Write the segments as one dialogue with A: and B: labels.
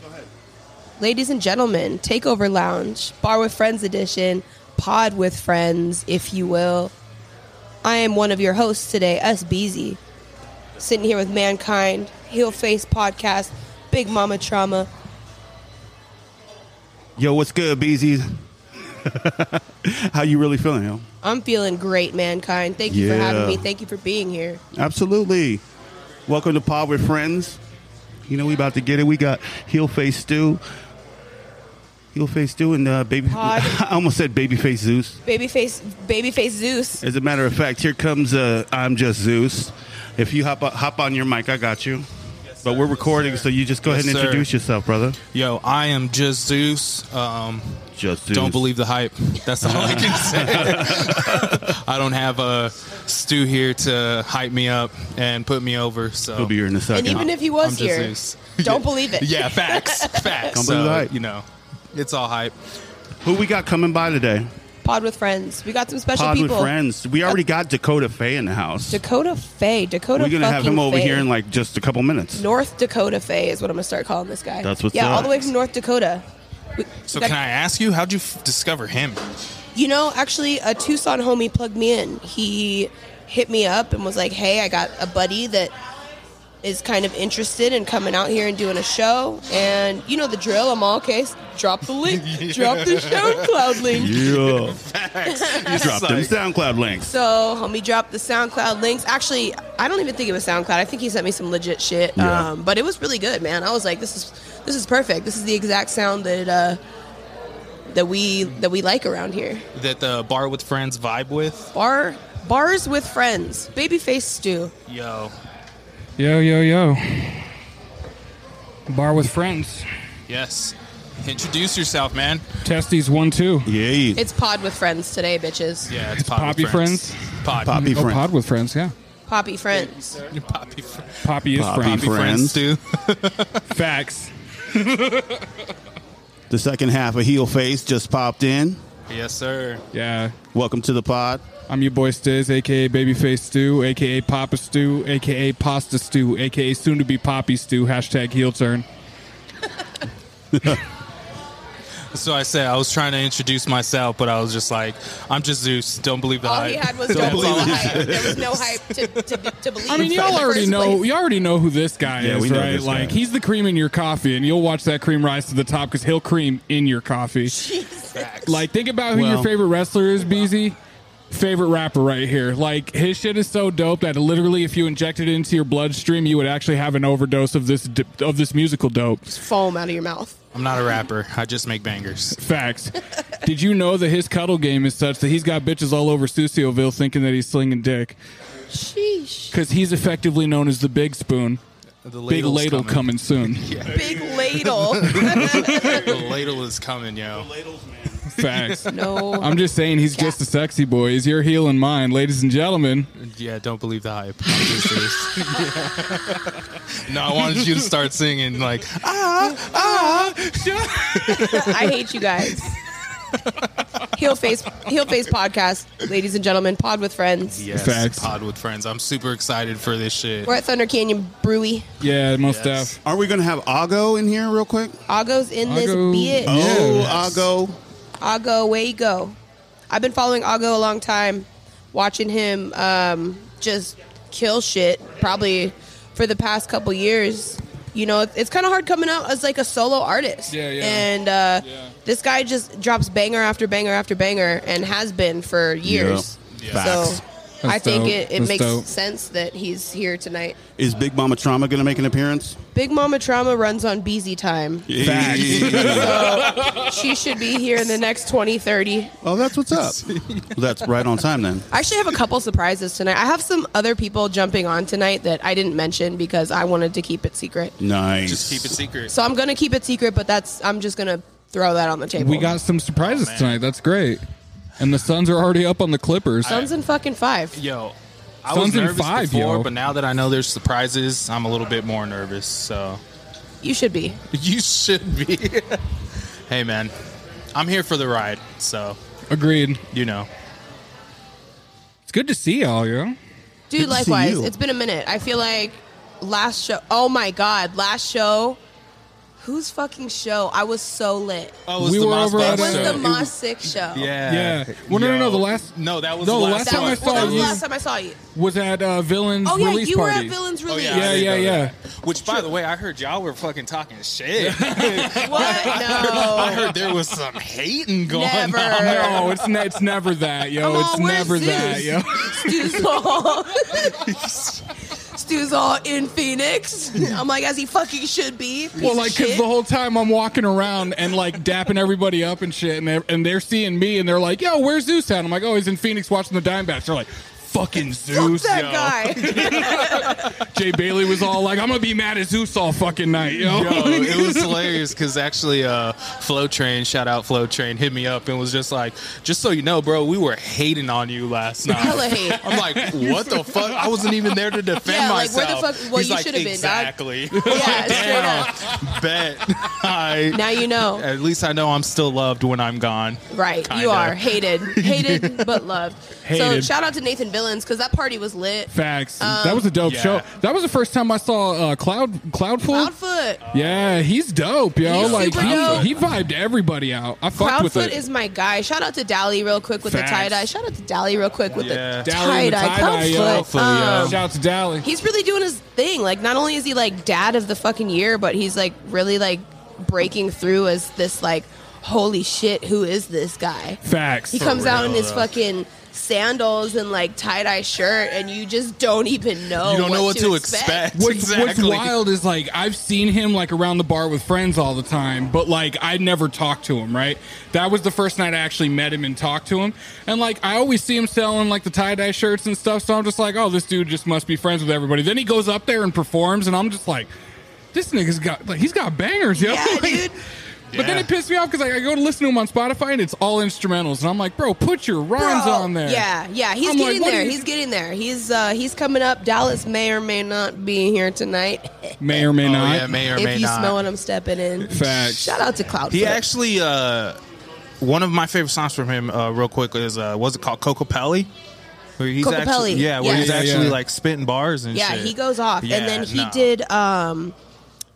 A: Go ahead.
B: Ladies and gentlemen, Takeover Lounge, Bar with Friends edition, Pod with Friends, if you will. I am one of your hosts today, S. Beezy. Sitting here with Mankind, Heel Face Podcast, Big Mama Trauma.
A: Yo, what's good, BZ? How you really feeling, yo?
B: I'm feeling great, Mankind. Thank you for having
A: Yeah.
B: me. Thank you for being here.
A: Absolutely. Welcome to Pod with Friends. You know we about to get it. We got heel face Stu, heel face Stu, and uh, baby.
B: Pod.
A: I almost said baby face Zeus.
B: Babyface, Babyface Zeus.
A: As a matter of fact, here comes uh, I'm just Zeus. If you hop o- hop on your mic, I got you. but we're recording, so you just go
C: Yes,
A: ahead and
C: sir.
A: introduce yourself, brother.
C: Yo, I am just Zeus. Um,
A: Just Zeus.
C: don't believe the hype. That's all I can say. I don't have a Stu here to hype me up and put me over. So
A: He'll be here in a
B: And
A: second.
B: even if he was
C: I'm just
B: here,
C: Zeus.
B: don't believe it.
C: yeah, facts, facts.
A: Don't believe
C: So,
A: the hype.
C: You know, it's all hype.
A: Who we got coming by today?
B: Pod with Friends. We got some special
A: Pod
B: people.
A: with friends. We already got Dakota Faye in the house.
B: Dakota Faye. Dakota
A: We're gonna have
B: fucking
A: him over
B: Faye.
A: here in like just a couple minutes.
B: North Dakota Faye is what I'm gonna start calling this guy.
A: That's what's
B: yeah,
A: up.
B: all the way from North Dakota. We-
C: So
B: that-
C: can I ask you, how'd you f- discover him?
B: You know, actually, a Tucson homie plugged me in. He hit me up and was like, "Hey, I got a buddy that is kind of interested in coming out here and doing a show." And you know the drill. I'm all case. Drop the link. Drop the SoundCloud link.
A: Yeah.
C: You
A: Drop them SoundCloud links.
B: So, homie dropped the SoundCloud links. Actually, I don't even think it was SoundCloud. I think he sent me some legit shit.
A: Yeah.
B: Um, but it was really good, man. I was like, this is this is perfect. This is the exact sound that uh, that we that we like around here.
C: that the bar with friends vibe with.
B: Bar bars with friends. Babyface stew.
C: Yo,
D: Yo, yo, yo. Bar with friends.
C: yes. Introduce yourself, man.
D: Testes one two.
A: Yeah.
B: It's pod with friends today, bitches.
C: Yeah, it's,
D: Poppy
C: Pod.
A: Poppy
D: Oh,
A: friends.
D: pod with friends. Yeah.
B: Poppy friends.
C: Poppy, fr-
D: Poppy is
A: Poppy
D: friends.
C: Poppy friends,
A: Friends.
C: too.
D: Facts.
A: The second half of Heel Face just popped in.
C: yes, sir.
D: Yeah.
A: Welcome to the pod.
D: I'm your boy Stiz, aka Babyface Stew, aka Papa Stew, aka Pasta Stew, aka soon to be Poppy Stew. Hashtag heel turn.
C: So I said I was trying to introduce myself, but I was just like, "I'm just Zeus. Don't believe the
B: All
C: hype."
B: he had was
C: Don't
B: no
C: believe the hype.
B: hype. There was no hype to, to, be- to believe.
D: I mean,
B: in
D: y'all
B: the
D: already
B: first
D: know.
B: place.
D: You already know who this guy
A: Yeah,
D: is,
A: we know
D: right?
A: this guy.
D: Like he's the cream in your coffee, and you'll watch that cream rise to the top because he'll cream in your coffee. Like, think about who
C: Well-
D: your favorite wrestler is, BZ. Favorite rapper right here. Like his shit is so dope that literally, if you injected it into your bloodstream, you would actually have an overdose of this d- of this musical dope.
B: foam out of your mouth.
C: I'm not a rapper. I just make bangers.
D: Facts. Did you know that his cuddle game is such that he's got bitches all over Susioville thinking that he's slinging dick
B: Sheesh.
D: because he's effectively known as the Big Spoon.
C: The
D: Big
C: ladle's
D: ladle coming soon.
B: Big ladle.
C: the ladle is coming, yo.
D: Facts.
B: no.
D: I'm just saying he's just a sexy boy. Is your heel in mine, ladies and gentlemen?
C: Yeah, don't believe the hype. I'm just Zeus. no, I wanted you to start singing like "Ah,
B: I hate you guys. Heel face, heel face podcast, ladies and gentlemen, pod with friends.
C: yes,
D: Facts.
C: pod with friends. I'm super excited for this shit.
B: We're at Thunder Canyon Brewery.
D: Yeah, most
C: Yes.
D: def.
A: Are we gonna have Ago in here real quick?
B: Ago's in this
D: Ago.
B: bitch.
D: Oh.
A: Oh,
C: Yes.
A: Ago.
B: Ago, where you go? I've been following Ago a long time, watching him um, just kill shit probably for the past couple years. You know, it's, it's kind of hard coming out as like a solo artist.
D: Yeah, yeah.
B: And uh,
D: Yeah.
B: this guy just drops banger after banger after banger and has been for years.
C: Yeah.
A: Facts.
B: So I
D: That's
B: think
D: dope.
B: it, it
D: That's
B: makes
D: dope.
B: sense that he's here tonight.
A: Is Big Mama Trauma gonna make an appearance?
B: Big Mama Trauma runs on BZ time.
A: Facts.
B: She should be here in the next 20, 30.
A: oh, that's what's up. That's right on time then.
B: I actually have a couple surprises tonight. I have some other people jumping on tonight that I didn't mention because I wanted to keep it secret.
A: Nice.
C: Just keep it secret.
B: So I'm going to keep it secret, but that's I'm just going to throw that on the table.
D: We got some surprises
C: man.
D: tonight. That's great. And the Suns are already up on the Clippers.
B: Suns and fucking five.
C: Yo, I
D: Suns
C: was
D: in
C: nervous
D: five,
C: before,
D: yo.
C: but now that I know there's surprises, I'm a little bit more nervous. So
B: You should be.
C: you should be. hey, man, I'm here for the ride. So
D: Agreed.
C: you know,
D: It's good to see y'all, yo.
B: Dude,
A: Good to see
B: likewise.
A: you.
B: It's been a minute. I feel like last show. Oh my God. Last show. Whose fucking show? I was so lit.
C: Oh, it was
D: We
C: the
D: were
C: Moss
D: over
B: It
C: Box
D: at,
B: was
D: uh,
C: show.
B: the Moss Six show.
C: Yeah.
D: Yeah. Well, no, no, no, the last-
C: No, that was
D: no,
C: the
D: the
C: last,
D: last time
C: one.
D: I
B: well, that
D: saw
B: was
D: you-
B: the last time I saw you.
D: was at uh, Villains
B: Oh yeah,
D: release
B: you were
D: party.
B: at Villains
C: Oh
B: Release.
C: yeah, I
D: Yeah,
C: did
D: yeah,
C: go
D: yeah.
C: there. Which, by the way, I heard y'all were fucking talking shit.
B: What?
C: I
B: No.
C: heard there was some hating going
B: Never.
C: on.
D: No, it's ne- it's never that, yo.
B: Come
D: it's
B: on, Oh, where's
D: never
B: Zeus?
D: that, yo.
B: Stu's all. Stu's all in Phoenix. I'm like, as he fucking should be. piece
D: Well,
B: of
D: like, cause
B: shit.
D: the whole time I'm walking around and like dapping everybody up and shit, and they're, and they're seeing me and they're like, "Yo, where's Zeus at?" I'm like, "Oh, he's in Phoenix watching the Dime Bash." They're like, "Fucking
B: Fuck
D: Zeus, yo."
B: that guy.
D: Jay Bailey was all like, "I'm gonna be mad at Zeus all fucking night, yo."
C: Yo, it was hilarious because actually, uh, Flow Train, shout out Flow Train, hit me up and was just like, just so you know, bro, we were hating on you last night.
B: Hella hate.
C: I'm like, what the fuck? I wasn't even there to defend
B: Yeah, like,
C: myself.
B: where the fuck- well,
C: He's
B: you
C: like,
B: should have been, dog.
C: exactly.
B: yeah, straight
C: Damn,
B: up.
C: bet. I,
B: Now you know.
C: at least I know I'm still loved when I'm gone.
B: Right,
C: Kinda.
B: you are hated, hated but loved. So
D: Hated.
B: shout out to Nathan Billings because that party was lit.
D: Facts.
B: Um,
D: that was a dope
C: yeah.
D: show. That was the first time I saw uh, Cloud Cloudfoot.
B: Cloudfoot,
D: yeah, he's dope, yo.
B: He's
D: like
B: super
D: he,
B: dope.
D: he vibed everybody out. I fucked with
B: Cloudfoot
D: it.
B: is my guy. Shout out to Dally real quick with
D: Facts.
B: the tie dye. Shout out to Dally real quick with
C: Yeah.
B: the
D: Dally
B: tie
D: with the
B: dye.
D: tie-dye, yo.
B: Cloudfoot.
C: Hopefully,
B: um,
D: Shout out to Dally.
B: he's really doing his thing. Like, not only is he like dad of the fucking year, but he's like really like breaking through as this like holy shit, who is this guy?
D: Facts.
B: He comes out in
C: real,
B: his
C: though.
B: fucking sandals and like tie dye shirt, and you just don't even know.
C: You don't
B: what
C: know what
B: to
C: to expect.
D: What-
C: exactly.
D: What's wild is like I've seen him like around the bar with friends all the time, but like I never talked to him. Right, that was the first night I actually met him and talked to him. And like I always see him selling like the tie dye shirts and stuff, so I'm just like, oh, this dude just must be friends with everybody. Then he goes up there and performs, and I'm just like, this nigga's got like he's got bangers, yo.
B: Yeah, dude.
D: Like, But then
C: Yeah.
D: it pissed me off because like I go to listen to him on Spotify and it's all instrumentals, and I'm like, bro, put your rhymes
B: Bro,
D: on there.
B: Yeah, yeah, he's
D: I'm like,
B: getting
D: what
B: there.
D: are you-
B: He's getting there. He's uh, he's coming up. Dallas may or may not be here tonight.
D: may or may
C: Oh,
D: not.
C: yeah, may or
B: if
C: may
B: you
C: not.
B: smell what I'm stepping in,
D: Facts.
B: shout out to Cloud.
C: He actually, uh, one of my favorite songs from him, uh, real quick, is uh, what's it called, Coco Pelli? Where he's
B: Coco
C: actually,
B: Pelli,
C: yeah, where
B: yeah.
C: he's
D: Yeah,
C: actually
D: yeah.
C: like spitting bars and
B: yeah,
C: shit.
B: he goes off,
C: Yeah,
B: and then he
C: nah.
B: did um,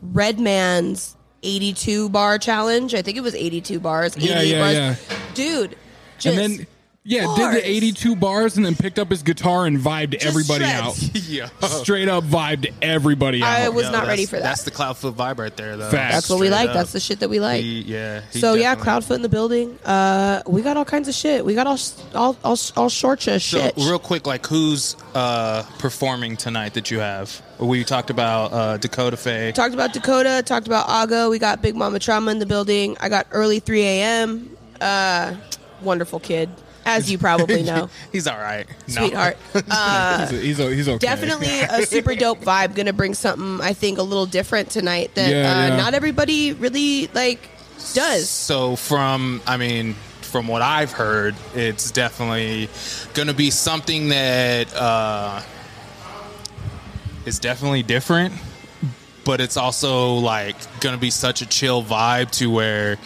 B: Redman's 82 bar challenge. I think it was 82 bars. 88
D: Yeah, yeah,
B: bars.
D: yeah.
B: dude. Just
D: and then yeah,
B: bars.
D: did the 82 bars and then picked up his guitar and vibed everybody
B: shreds.
C: Yeah.
D: out. Straight up vibed everybody out.
B: I was not
C: Yo, that's-
B: ready for that.
C: That's the Cloudfoot vibe right there, though.
D: Facts.
B: That's what we
C: Straight
B: like.
C: up.
B: That's the shit that we like.
C: He- yeah. he
B: so yeah,
C: definitely-
B: Cloudfoot in the building. Uh, we got all kinds of shit. We got all all all, all shorts of
C: So
B: shit.
C: real quick, like who's uh, performing tonight that you have? We talked about uh, Dakota Faye.
B: talked about Dakota. Talked about Aga. We got Big Mama Trauma in the building. I got early 3 a.m. Uh, wonderful kid, as you probably know,
C: He's all right. No.
B: sweetheart. Uh,
D: he's, he's, he's okay.
B: definitely a super dope vibe. Gonna bring something I think a little different tonight that
D: Yeah,
B: uh,
D: yeah.
B: not everybody really like does.
C: So from I mean from what I've heard, it's definitely going to be something that uh, is definitely different, but it's also like going to be such a chill vibe to where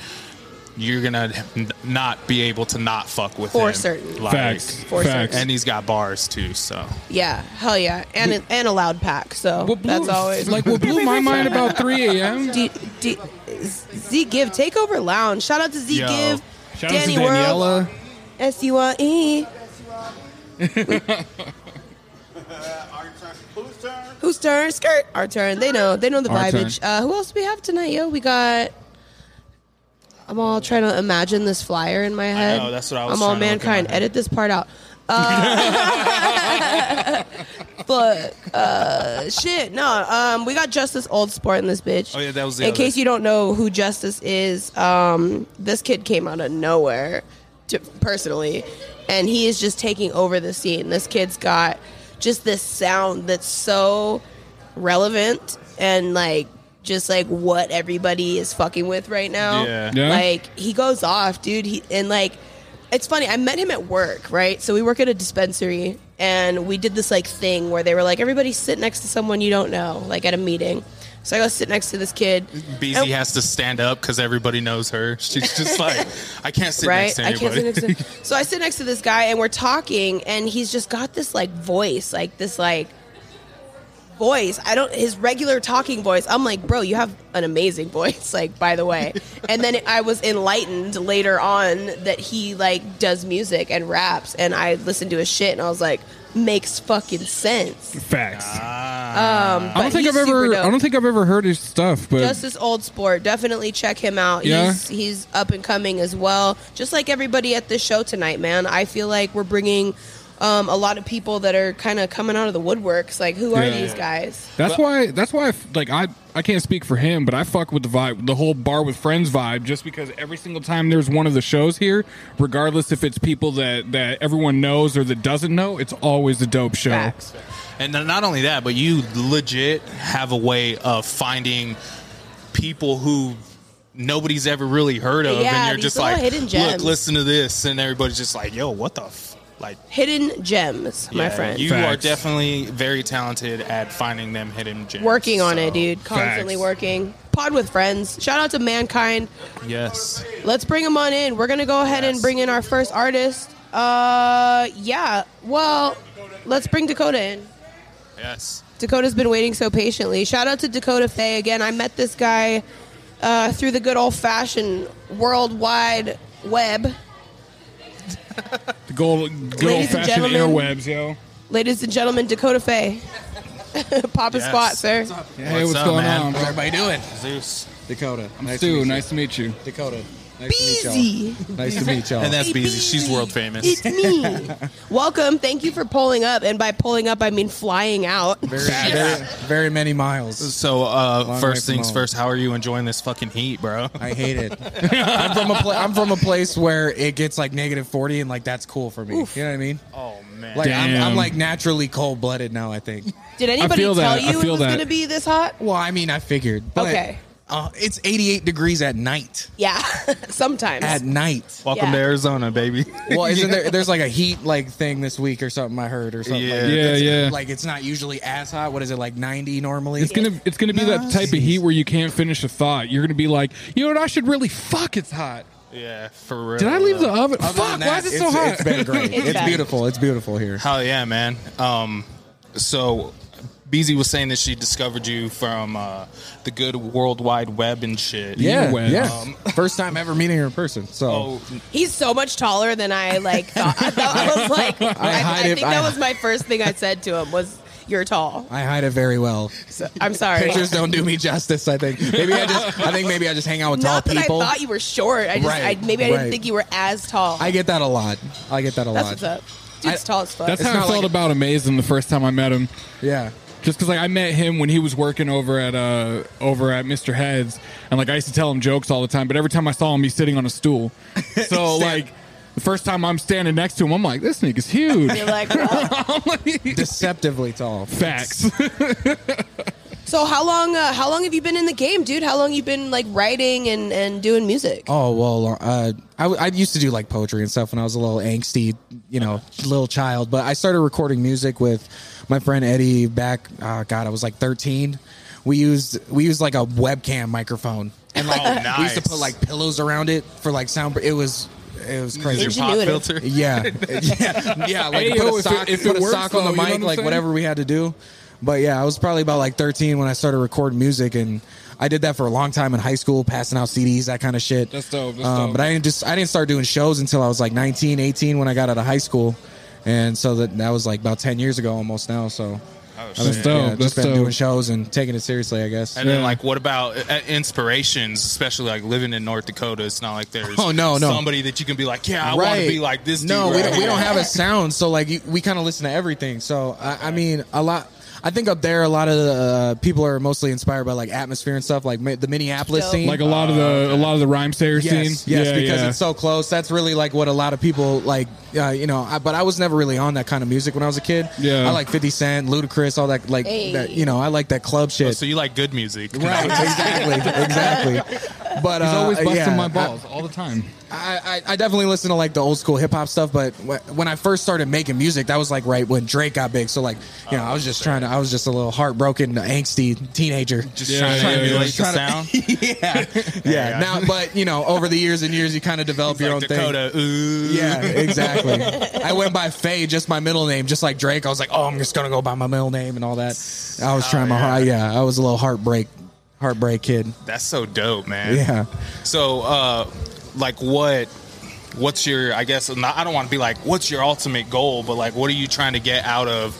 C: you're going to not be able to not fuck with
B: For
C: him.
B: certain.
C: Like,
D: Facts.
B: Force
D: Facts.
C: And he's got bars too, so
B: Yeah, hell yeah, and and a loud pack. So
D: what blew,
B: that's always
D: like what blew my mind about 3 a.m.
B: D, D, Z Give Takeover Lounge. Shout out to Z
C: Yo.
B: Give,
D: Shout out to
B: Danny World,
D: Daniela.
B: S U R E. Who's turn? Skirt. Our turn. They know. They know the
D: Our
B: vibage. Uh, who else do we have tonight, yo? We got. I'm all trying to imagine this flyer in my head.
C: know, that's what I was
B: I'm all
C: trying to look in my
B: mankind.
C: head.
B: Edit this part out. Uh, but uh, shit, no. Um, we got Justice Old Sport in this bitch.
C: Oh, yeah, that was the
B: In
C: other.
B: case you don't know who Justice is, um, this kid came out of nowhere, to, personally, and he is just taking over the scene. This kid's got just this sound that's so relevant and like just like what everybody is fucking with right now.
C: Yeah.
D: Yeah.
B: Like he goes off, dude. He and like it's funny. I met him at work, right? So we work at a dispensary and we did this like thing where they were like everybody sit next to someone you don't know, like at a meeting. So I go sit next to this kid.
C: BZ
B: Oh.
C: has to stand up because everybody knows her. She's just like, I can't sit next
B: right?
C: to
B: I
C: anybody.
B: can't sit next to. so I sit next to this guy, and we're talking, and he's just got this like voice, like this like voice. I don't his regular talking voice. I'm like, bro, you have an amazing voice. Like, by the way, and then I was enlightened later on that he like does music and raps, and I listened to his shit, and I was like, makes fucking sense.
D: Facts.
B: Um,
D: I don't think I've ever. I don't think I've ever heard his stuff, but
B: Justice Old Sport, definitely check him out.
D: Yeah.
B: He's he's up and coming as well. Just like everybody at this show tonight, man. I feel like we're bringing um, a lot of people that are kind of coming out of the woodworks. Like, who are
D: Yeah.
B: these guys?
D: That's why. That's why. I f- Like I, I can't speak for him, but I fuck with the vibe, the whole bar with friends vibe, just because every single time there's one of the shows here, regardless if it's people that that everyone knows or that doesn't know, it's always a dope show.
B: Facts.
C: And then not only that, but you legit have a way of finding people who nobody's ever really heard of,
B: Yeah,
C: and you're
B: these
C: just
B: little
C: like,
B: hidden
C: look,
B: gems."
C: listen to this, and everybody's just like, yo, what the, f-? like,
B: Hidden gems, my
C: yeah,
B: friend.
C: you are
D: Facts.
C: definitely very talented at finding them hidden gems.
B: working on
C: so,
B: it, dude. Constantly
D: Facts.
B: working. Pod with friends. Shout out to mankind.
C: Yes,
B: Let's bring him on in. We're gonna go ahead and
C: Yes.
B: bring in our first artist. Uh, yeah. Well, let's bring Dakota in.
C: yes.
B: Dakota's been waiting so patiently. Shout out to Dakota Faye again. I met this guy uh, through the good old fashioned worldwide web.
D: The gold, good old
B: Ladies and
D: fashioned
B: gentlemen.
D: airwebs, yo.
B: Ladies and gentlemen, Dakota Faye. Papa
C: Yes.
B: Squat, sir.
D: hey, what's
C: up,
D: going
C: man?
D: on,
E: How's everybody doing?
C: Zeus.
E: Dakota.
D: Nice
E: to meet you.
D: nice to meet you.
E: Dakota. Nice
B: Beezy.
E: to meet y'all. Nice to meet y'all.
C: And that's
B: Hey,
C: Beezy. She's
B: Beezy.
C: world famous.
B: It's me. Welcome. Thank you for pulling up. And by pulling up, I mean flying out.
E: very, very, very many miles.
C: So, uh,
E: Long
C: first
E: way from
C: things
E: home.
C: first, how are you enjoying this fucking heat, bro?
E: I hate it. I'm from a pla- I'm from a place where it gets like negative forty, and like that's cool for me. You know what I mean?
C: Oh, man.
E: Like I'm,
D: Damn.
E: I'm like naturally cold blooded now. I think.
B: Did anybody
D: feel
B: tell
D: that. I
B: you it
D: feel
B: was
D: that.
B: going to be this hot?
E: Well, I mean, I figured. But,
B: Okay.
E: Uh, it's 88 degrees at night.
B: Yeah, sometimes.
E: At night.
C: Welcome
B: Yeah.
C: to Arizona, baby.
E: Well, isn't there? There's like a heat like thing this week or something I heard or something.
C: Yeah.
E: like, that.
D: Yeah,
E: It's-
D: yeah.
E: Like it's not usually as hot. What is it like 90 normally?
D: It's gonna it's gonna be that type of heat where you can't finish a thought. You're gonna be like, you know what? I should really fuck. It's hot.
C: yeah, for real.
D: Did I leave the oven?
E: Other
D: fuck.
E: than
D: why
E: that,
D: is it so
E: it's-
D: hot?
E: It's been great.
B: It's
E: it's
B: bad.
E: beautiful. It's beautiful here.
C: Hell yeah, man. Um, so Beezy was saying that she discovered you from uh, the good World Wide Web and shit.
E: Yeah,
D: Webs.
E: yeah. Um, First time ever meeting her in person. So
C: Oh,
B: He's so much taller than I like thought. I, thought, I was like, I, I,
E: hide it-
B: think that
E: I-
B: was my first thing I said to him was, "You're tall."
E: I hide it very well.
B: So, I'm sorry.
E: Pictures don't do me justice. I think maybe I just I think maybe I just hang out with
B: Not
E: tall
B: that
E: people.
B: I thought you were short. I just
E: Right,
B: I, maybe I didn't
E: right.
B: think you were as tall.
E: I get that a lot. I get that a
B: That's
E: lot.
B: what's up. Dude's
E: I-
B: tall as fuck.
D: That's
E: It's
D: how I
E: not
D: felt
E: like-
D: about Amazing the first time I met him.
E: Yeah.
D: just because like I met him when he was working over at uh over at Mr. Heads, and like I used to tell him jokes all the time. But every time I saw him, he's sitting on a stool. So like the first time I'm standing next to him, I'm like, this nigga's huge.
B: You're like, "Whoa."
D: I'm like,
E: Deceptively tall.
D: Facts.
B: so how long? Uh, how long have you been in the game, dude? How long you been like writing and and doing music?
E: Oh well, uh, I, I used to do like poetry and stuff when I was a little angsty, you know, little child. But I started recording music with my friend Eddie back. Uh, God, I was like 13. We used we used like a webcam microphone, and like
C: Oh,
E: we used to
C: nice.
E: put like pillows around it for like sound. It was it
C: is
E: was
C: your
E: crazy.
C: pop
B: Ingenuity.
C: filter?
E: Yeah, yeah, yeah. Like
D: Hey,
E: put
D: yo, if
E: a
D: it-
E: sock,
D: if
E: put
D: it
E: a
D: works,
E: sock on
D: though,
E: the
D: you know what
E: mic,
D: I'm
E: like
D: saying?
E: whatever we had to do. But yeah, I was probably about like 13 when I started recording music, and I did that for a long time in high school, passing out CDs, that kind of shit.
D: That's dope, that's dope.
E: Um, But I didn't just I didn't start doing shows until I was like 19, 18 when I got out of high school, and so that that was like about 10 years ago almost now. So I've
C: shit.
E: been-
D: That's dope,
E: yeah,
D: that's
E: just been
D: dope.
E: doing shows and taking it seriously, I guess.
C: And then, like, what about uh, inspirations, especially like living in North Dakota? It's not like there's
E: Oh, no, no.
C: somebody that you can be like, yeah, I want to be like this.
E: No,
C: dude
E: we,
C: right
E: don't, we
C: here.
E: don't have a sound, so like you, we kind of listen to everything. So I, I mean, a lot. I think up there, a lot of the uh, people are mostly inspired by like atmosphere and stuff, like mi- the Minneapolis
B: Dope.
E: scene.
D: like a lot of the a lot of the rhyme sayer
E: yes,
D: scene.
E: yes,
D: Yeah,
E: because
D: yeah.
E: it's so close. That's really like what a lot of people like. Uh, you know, I, but I was never really on that kind of music when I was a kid.
D: Yeah.
E: I like Fifty Cent, Ludacris, all that. Like
B: Hey.
C: Oh,
D: Oh,
E: that, you know, I like that club shit.
C: So you like good music,
E: Right, exactly, exactly. But
D: He's
E: uh,
D: always busting
E: yeah,
D: my balls all the time.
E: I, I, I definitely listen to like the old school hip hop stuff, but wh- when I first started making music, that was like right when Drake got big. So like, you know, I was just trying to, I was just a little heartbroken, angsty teenager.
C: Just
D: Yeah,
C: trying
D: yeah,
C: to
D: yeah.
C: emulate
D: Just
C: the sound.
E: yeah, yeah.
C: Yeah.
E: Now, but you know, over the years and years, you kind of develop your
C: like
E: own thing.
C: Dakota. Ooh.
E: Yeah, exactly. I went by Faye, just my middle name, just like Drake. I was like, oh, I'm just gonna go by my middle name and all that. I was trying my
C: Oh,
E: heart. Yeah, I was a little heartbreak, heartbreak kid.
C: That's so dope, man.
E: Yeah.
C: So, uh, like, what? What's your? I guess not, I don't want to be like, what's your ultimate goal? But like, what are you trying to get out of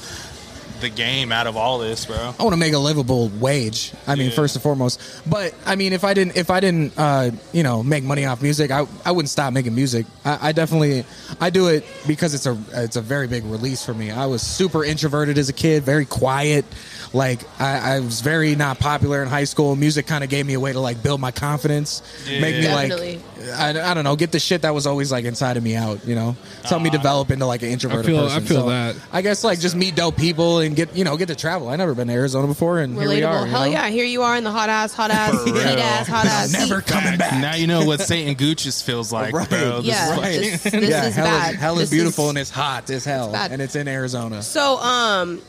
C: the game, out of all this, bro?
E: I want to make a livable wage. I mean,
C: Yeah.
E: first and foremost. But I mean, if I didn't, if I didn't, uh, you know, make money off music, I, I wouldn't stop making music. I, I definitely, I do it because it's a, it's a very big release for me. I was super introverted as a kid, very quiet. Like I, I was very not popular in high school. Music kind of gave me a way to like build my confidence, make me
B: Definitely.
E: like, I, I don't know, get the shit that was always like inside of me out. You know, so me develop into like an introverted
D: feel- Ah. I
E: person.
D: feel
E: So
D: that.
E: I guess like just meet dope people and get you know get to travel. I never been to Arizona before, and here we are.
B: Relatable.
E: you
B: Hell
E: know?
B: yeah. Here you are in the hot ass, hot ass,
C: For
B: heat
C: real.
B: ass, hot ass.
E: never
B: heat.
E: coming back.
C: Now you know what Satan Gooches feels like,
E: Right.
C: bro. This
B: Yeah.
C: is like-
B: This, this
E: yeah,
B: is
E: hell
B: bad.
E: is hell
B: This
E: is beautiful and it's hot as hell,
B: bad.
E: and it's in Arizona.
B: So, um,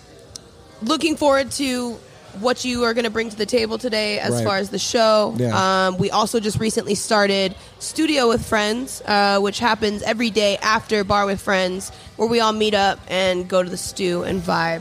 B: looking forward to what you are going to bring to the table today as
E: Right.
B: far as the show.
E: Yeah.
B: Um, we also just recently started Studio with Friends, uh, which happens every day after Bar with Friends, where we all meet up and go to the stew and vibe.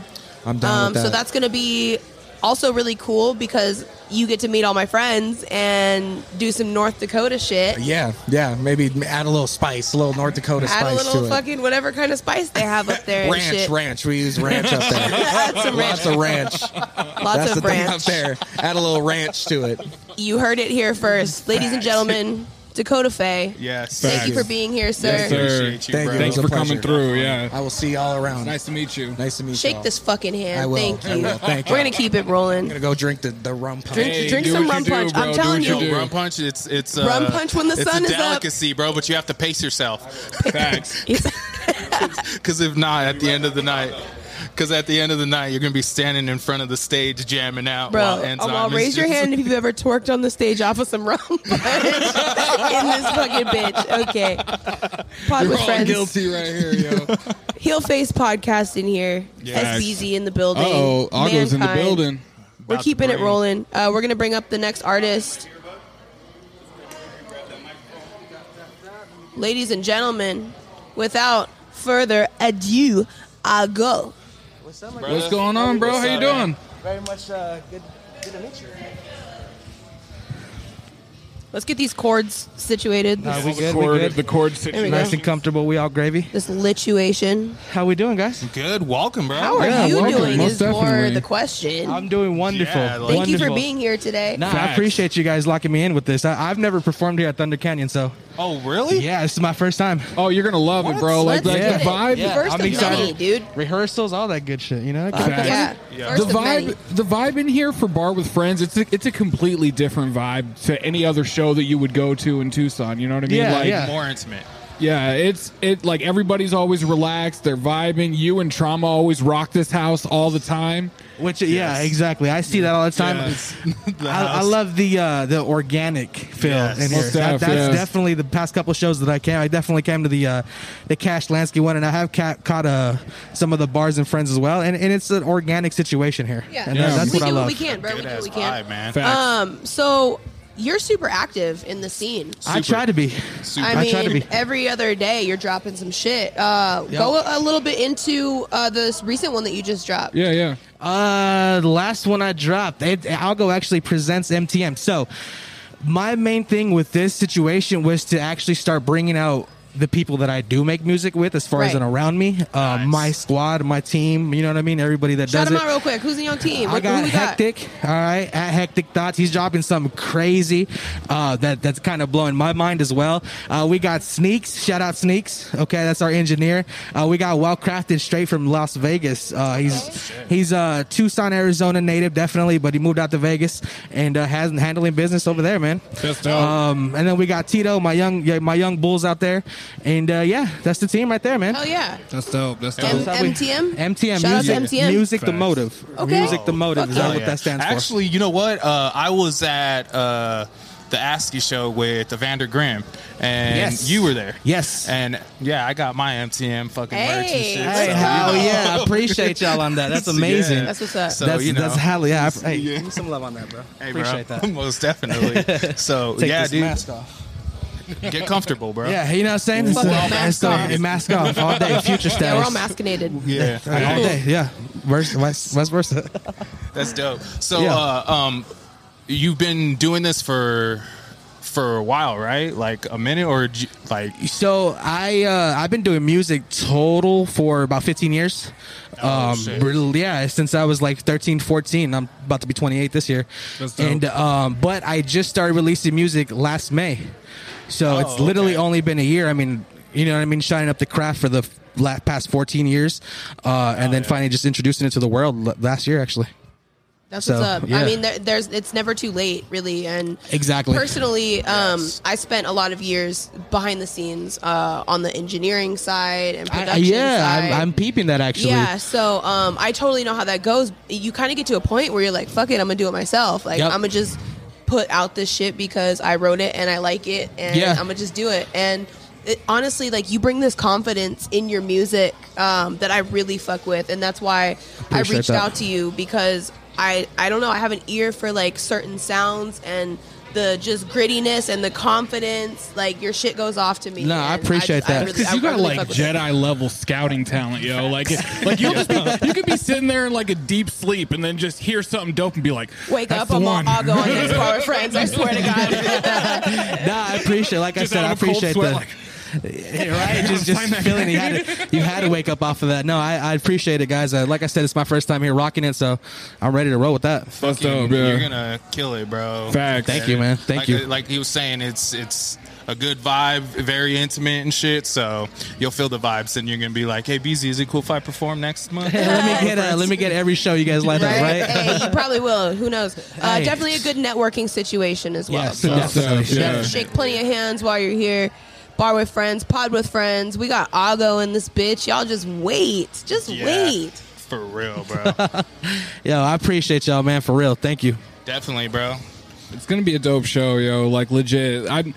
B: Um,
E: I'm down
B: So
E: with that.
B: that's going to be also really cool because you get to meet all my friends and do some North Dakota shit.
E: Yeah, yeah. Maybe add a little spice, a little North Dakota
B: Add a
E: spice
B: little
E: to
B: fucking whatever kind of spice they have up there.
E: it.
B: and
E: Ranch,
B: shit.
E: ranch. We use ranch up there.
B: Lots of ranch.
E: Lots of ranch.
B: Lots
E: That's the
B: of ranch.
E: thing up there. Add a little ranch to it.
B: You heard it here first, ladies and gentlemen. Dakota Faye,
C: yes.
B: thank
D: Facts.
B: you for being here, sir.
D: Yes, sir.
C: Appreciate you,
E: Thank
C: bro.
E: you.
D: Thanks
E: It
D: for
E: was a
D: coming
E: pleasure.
D: through. Yeah,
E: I will see y'all around.
D: nice to meet you.
E: Nice to meet you.
B: Shake this fucking hand.
E: I will.
B: Thank
E: I
B: you.
E: will. Thank
B: We're
E: you.
B: gonna keep it rolling.
E: I'm gonna go drink the, the rum punch.
B: Drink- drink
D: do
B: some
D: what
B: rum
D: you do,
B: punch.
D: bro.
B: I'm
D: Do
B: telling
D: what
B: you.
D: you. do.
C: Rum punch. It's it's uh,
B: Rum punch when the
C: it's
B: sun
C: a
B: is up.
C: delicacy, bro. But you have to pace yourself,
D: Facts.
C: because if not, at the end of the night. Because at the end of the night, you're gonna be standing in front of the stage jamming out.
B: Bro,
C: while
B: um,
C: Enzyme
B: well,
C: is
B: raise your
C: just-
B: hand if you've ever twerked on the stage off of some rum punch in this fucking bitch. Okay, pod
D: We're
B: with
D: all
B: friends.
D: guilty right here, yo.
B: Heel face podcast in here.
C: Yes.
B: SBZ in the building.
D: Oh, Ago's in the
B: Mankind.
D: building.
B: We're
C: About to
B: keeping it
C: bring-
B: rolling. Uh, we're gonna bring up the next artist. Ladies and gentlemen, without further ado, I go.
F: What's up, my
C: Brother?
D: What's going on, bro? How you
C: What's up, man?
D: doing?
F: Very much uh, good, good to meet you.
B: Let's get these chords situated.
F: Nah,
B: This,
F: we good, we good.
D: The cord
B: There we
D: situation.
B: go.
F: Nice and comfortable. We all gravy.
B: this lituation.
F: How we doing, guys?
C: Good, welcome, bro.
B: How are
F: Yeah,
B: you
F: welcome.
B: doing?
D: Most
B: is more
D: definitely.
B: the question.
F: I'm doing wonderful.
C: Yeah, like-
B: Thank
F: wonderful.
B: you for being here today.
F: Nah, I
D: Facts.
F: appreciate you guys locking me in with this. I, I've never performed here at Thunder Canyon, so
C: Oh, really?
F: yeah, this is my first time.
D: Oh, you're gonna love it, bro. Like,
B: Let's
D: like
B: get
D: the
B: it.
D: vibe.
F: Yeah,
B: First
F: I'm
B: of many,
F: excited.
B: dude.
F: Rehearsals, all that good shit. You know,
B: Fuck
D: Facts.
B: yeah.
C: Yeah.
B: First
D: the
B: of many.
D: vibe, the vibe in here for Bar with Friends, it's a, it's a completely different vibe to any other show that you would go to in Tucson. You know what I mean?
F: Yeah,
D: like,
F: yeah.
C: More intimate.
D: yeah, It's it like everybody's always relaxed. They're vibing. You and Trauma always rock this house all the time.
F: which yeah, exactly. I see that all the time.
C: Yes. The
F: I, I
C: house.
F: love the uh, the organic feel
C: Yes.
F: in here.
D: Most
F: That-
D: def,
F: that's
D: yes.
F: definitely the past couple shows that I came. I definitely came to the uh, the Cash Lansky one, and I have ca- caught uh, some of the bars and friends as well. And, and it's an organic situation here.
B: Yeah.
F: and
D: Yeah.
F: that- that's
B: we
F: what I
B: do
F: love.
B: what we can, bro. We
C: Good
B: do
C: ass
B: what we can.
C: vibe, man.
D: Facts.
F: Uh,
B: Um, so you're super active in the scene.
F: I try to be.
C: Super.
B: I mean,
F: try to be.
B: every other day you're dropping some shit. Uh, Go a little bit into uh, this recent one that you just dropped.
D: Yeah, yeah.
F: Uh, the last one I dropped, it, Algo actually presents MTM. So, my main thing with this situation was to actually start bringing out the people that I do make music with, as far as
B: Right.
F: and around me, uh,
C: Nice.
F: my squad, my team. You know what I mean? Everybody that
B: Shout
F: does
B: him
F: it.
B: out real quick. Who's in your team?
F: I
B: What-
F: got
B: who we
F: hectic. All right, at hectic thoughts. He's dropping something crazy uh, that that's kind of blowing my mind as well. Uh, we got sneaks. Shout out sneaks. Okay, that's our engineer. Uh, we got well crafted straight from Las Vegas. Uh,
B: Oh,
F: he's he's a Tucson, Arizona native, definitely, but he moved out to Vegas and uh, has handling business over there, man.
D: That's dope.
F: Um, and then we got Tito, my young yeah, my young bulls out there, and uh, yeah, that's the team right there, man.
B: Hell yeah.
D: That's dope. That's
B: M-
D: dope.
F: how we-
B: MTM?
F: MTM,
B: Shout out to
F: music,
B: MTM.
F: music the
D: Facts.
F: motive,
B: Okay.
F: music the motive is
C: Oh,
B: Fuck
F: that
B: yeah.
F: what that stands for?
C: Actually, you know what? Uh, I was at uh, the ASCII show with Evander Grimm, and
F: Yes.
C: you were there.
F: Yes.
C: And yeah, I got my MTM fucking merch and
B: Hey.
C: shit.
F: Hey,
C: so,
F: hell
C: you know.
F: yeah. I appreciate y'all on that. That's amazing.
C: Yeah.
B: That's what's up.
C: So
F: that's,
C: you know,
F: that's hell yeah. I- Hey, give me some love on that, bro.
C: hey, bro,
F: appreciate that.
C: most definitely. So
F: Take
C: yeah,
F: this
C: dude,
F: mask off.
C: get comfortable, bro.
F: Yeah, you know what I'm saying? It's,
B: Fucking
F: uh,
B: mask
F: it's, uh,
B: off.
F: mask off all day, future
B: Yeah, we're all
F: status.
B: mascunated.
C: yeah.
F: Like, all day, yeah. Verse, vice, vice versa.
C: That's dope. So,
F: Yeah.
C: uh, um, you've been doing this for for a while, right? Like a minute, or j- like
F: So I uh, I've been doing music total for about 15 years.
C: Oh,
F: um,
C: shit.
F: really- yeah, since I was like 13, 14. I'm about to be 28 this year.
D: That's dope.
F: And um, but I just started releasing music last May, so it's
D: Oh,
F: literally
C: okay.
F: only been a year. I mean, you know what I mean, shining up the craft for the f- la- past 14 years, uh, and
D: Oh,
F: then finally just introducing it to the world l- last year actually.
B: That's
F: So,
B: what's up.
F: yeah.
B: I mean, there, there's it's never too late, really. And
F: Exactly.
B: personally, um,
C: Yes.
B: I spent a lot of years behind the scenes uh, on the engineering side and
F: I-
B: production
F: yeah,
B: side.
F: I'm, I'm peeping that actually.
B: yeah, so um, I totally know how that goes. You kind of get to a point where you're like, "Fuck it, I'm gonna do it myself." Like,
F: Yep.
B: I'm gonna just put out this shit because I wrote it and I like it, and
F: Yeah.
B: I'm gonna just do it. And it, honestly, like, you bring this confidence in your music um, that I really fuck with, and that's why I
F: Appreciate
B: reached
F: that.
B: out to you because I I don't know, I have an ear for like certain sounds and. The just grittiness and the confidence, like your shit goes off to me.
F: No, I
B: and
F: appreciate
B: just- I
F: that.
B: really-
D: Because
B: I
D: you got
B: really
D: like
B: fuck with it.
D: Jedi level scouting talent, yo. Like, it, like you'll just be, you could be sitting there in like a deep sleep and then just hear something dope and be like,
B: Wake
D: "That's
B: up,
D: the
B: I'm
D: one."
B: on I'll go on next bar with friends. I swear to God.
F: nah, I appreciate. Like I
D: Just
F: said,
D: out
F: I
D: of a cold
F: appreciate
D: sweat,
F: that.
D: like,
F: Yeah, right? Just, just
D: Find that
F: feeling you had, to, you had to wake up off of that. No, I, I appreciate it, guys. Uh, like I said, it's my first time here rocking it, so I'm ready to roll with that.
D: That's
C: fucking-
D: dope, yeah.
C: you're gonna kill it, bro.
D: Facts.
F: Thank you, man. Thank
C: like, uh,
F: you.
C: Like he was saying, it's it's a good vibe, very intimate and shit. So you'll feel the vibes, and you're gonna be like, "Hey, BZ, is it cool if I perform next month?"
F: Hey, let me get uh, let me get every show you guys lined up, right?
B: Hey, you probably will. Who knows? Uh,
F: Hey.
B: Definitely a good networking situation as well.
F: Yes,
B: So
F: yes,
D: Yes,
F: yes.
B: shake plenty of hands while you're here. Bar with friends, pod with friends. We got Ago in this bitch. Y'all just wait. Just
C: Yeah.
B: wait.
C: For real, bro.
F: Yo, I appreciate y'all, man. For real, thank you.
C: Definitely, bro.
D: It's gonna be a dope show, yo. Like legit, I